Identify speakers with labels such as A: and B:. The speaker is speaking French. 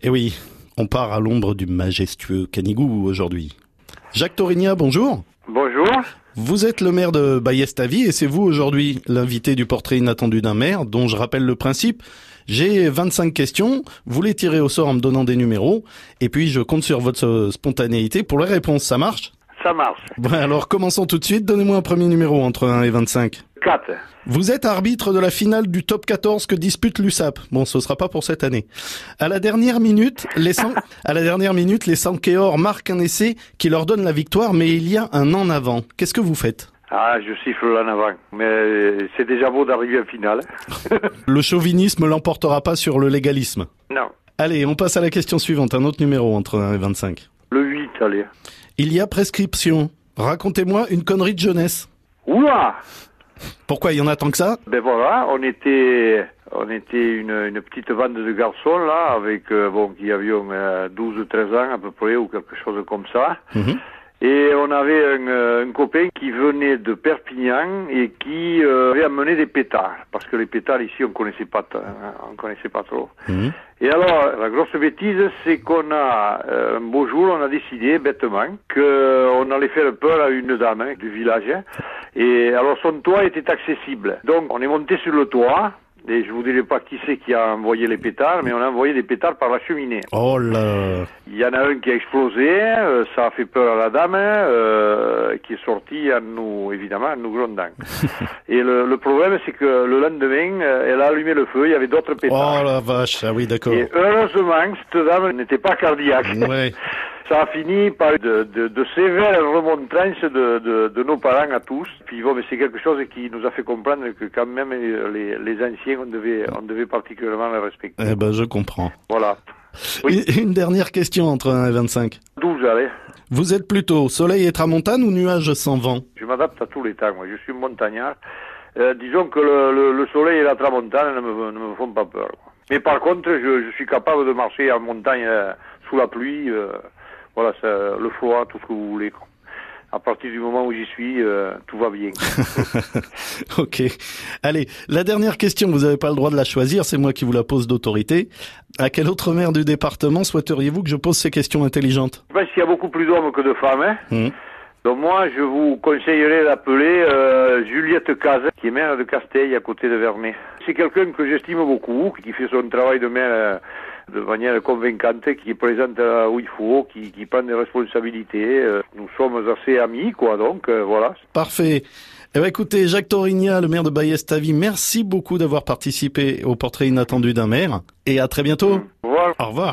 A: Eh oui, on part à l'ombre du majestueux Canigou aujourd'hui. Jacques Torigna, bonjour.
B: Bonjour.
A: Vous êtes le maire de Bayestavie et c'est vous aujourd'hui l'invité du portrait inattendu d'un maire dont je rappelle le principe. J'ai 25 questions, vous les tirez au sort en me donnant des numéros et puis je compte sur votre spontanéité pour les réponses. Ça marche
B: Ça marche.
A: Bon, alors commençons tout de suite. Donnez-moi un premier numéro entre 1 et 25.
B: 4.
A: Vous êtes arbitre de la finale du top 14 que dispute l'USAP. Bon, ce sera pas pour cette année. À la dernière minute, les San- à la dernière minute, les Sankeor marquent un essai qui leur donne la victoire, mais il y a un en avant. Qu'est-ce que vous faites
B: Ah, je siffle en avant. Mais c'est déjà beau d'arriver en finale.
A: Le chauvinisme l'emportera pas sur le légalisme.
B: Non.
A: Allez, on passe à la question suivante, un autre numéro entre 1 et 25.
B: Le 8, allez.
A: Il y a prescription. Racontez-moi une connerie de jeunesse.
B: Ouah
A: Pourquoi il y en a tant que ça
B: Ben voilà, on était, on était une, une petite bande de garçons, là, avec, euh, bon, qui avions euh, 12 ou 13 ans à peu près, ou quelque chose comme ça.
A: Mhm.
B: Et on avait un, euh, un copain qui venait de Perpignan et qui euh, avait amené des pétards. Parce que les pétards, ici, on connaissait pas, t- on connaissait pas trop.
A: Mhm.
B: Et alors, la grosse bêtise, c'est qu'on a, euh, un beau jour, on a décidé, bêtement, qu'on allait faire peur à une dame hein, du village. hein. Et alors, son toit était accessible. Donc, on est monté sur le toit. Et je vous dirai pas qui c'est qui a envoyé les pétards, mais on a envoyé des pétards par la cheminée.
A: Oh là
B: Il y en a un qui a explosé, euh, ça a fait peur à la dame, euh, qui est sortie à nous, évidemment, à nous grondant. Et le, le problème, c'est que le lendemain, euh, elle a allumé le feu, il y avait d'autres pétards.
A: Oh la vache Ah oui, d'accord.
B: Et heureusement, cette dame n'était pas cardiaque.
A: Ouais.
B: Ça a fini par de, de- de sévères remontrances de, de- de nos parents à tous. Puis bon, mais c'est quelque chose qui nous a fait comprendre que quand même euh, les, les anciens, on devait, on devait particulièrement les respecter.
A: Eh ben, je comprends.
B: Voilà. Oui.
A: Une, une dernière question entre 1 et 25.
B: 12, allez.
A: Vous êtes plutôt soleil et tramontane ou nuage sans vent
B: Je m'adapte à tous les temps, moi. Je suis montagnard. Euh, disons que le, le- le soleil et la tramontane ne me, ne me font pas peur. quoi. Mais par contre, je, je suis capable de marcher en montagne euh, sous la pluie, euh, voilà, ça, le froid, tout ce que vous voulez. quoi. À partir du moment où j'y suis, euh, tout va bien.
A: Ok. Allez, la dernière question, vous n'avez pas le droit de la choisir, c'est moi qui vous la pose d'autorité. À quel autre maire du département souhaiteriez-vous que je pose ces questions intelligentes
B: Je pense qu'il y a beaucoup plus d'hommes que de femmes. hein.
A: Hmm.
B: Donc moi, je vous conseillerais d'appeler euh, Juliette Cazin, qui est maire de Castelle, à côté de Vernet. C'est quelqu'un que j'estime beaucoup, qui fait son travail de maire euh, de manière convaincante, qui est présente là où il faut, qui, qui prend des responsabilités. euh. Nous sommes assez amis, quoi, donc euh, voilà.
A: Parfait. Eh ben, écoutez, Jacques Torigna, le maire de Bayestavie, merci beaucoup d'avoir participé au portrait inattendu d'un maire. Et à très bientôt.
B: Voilà.
A: Au revoir.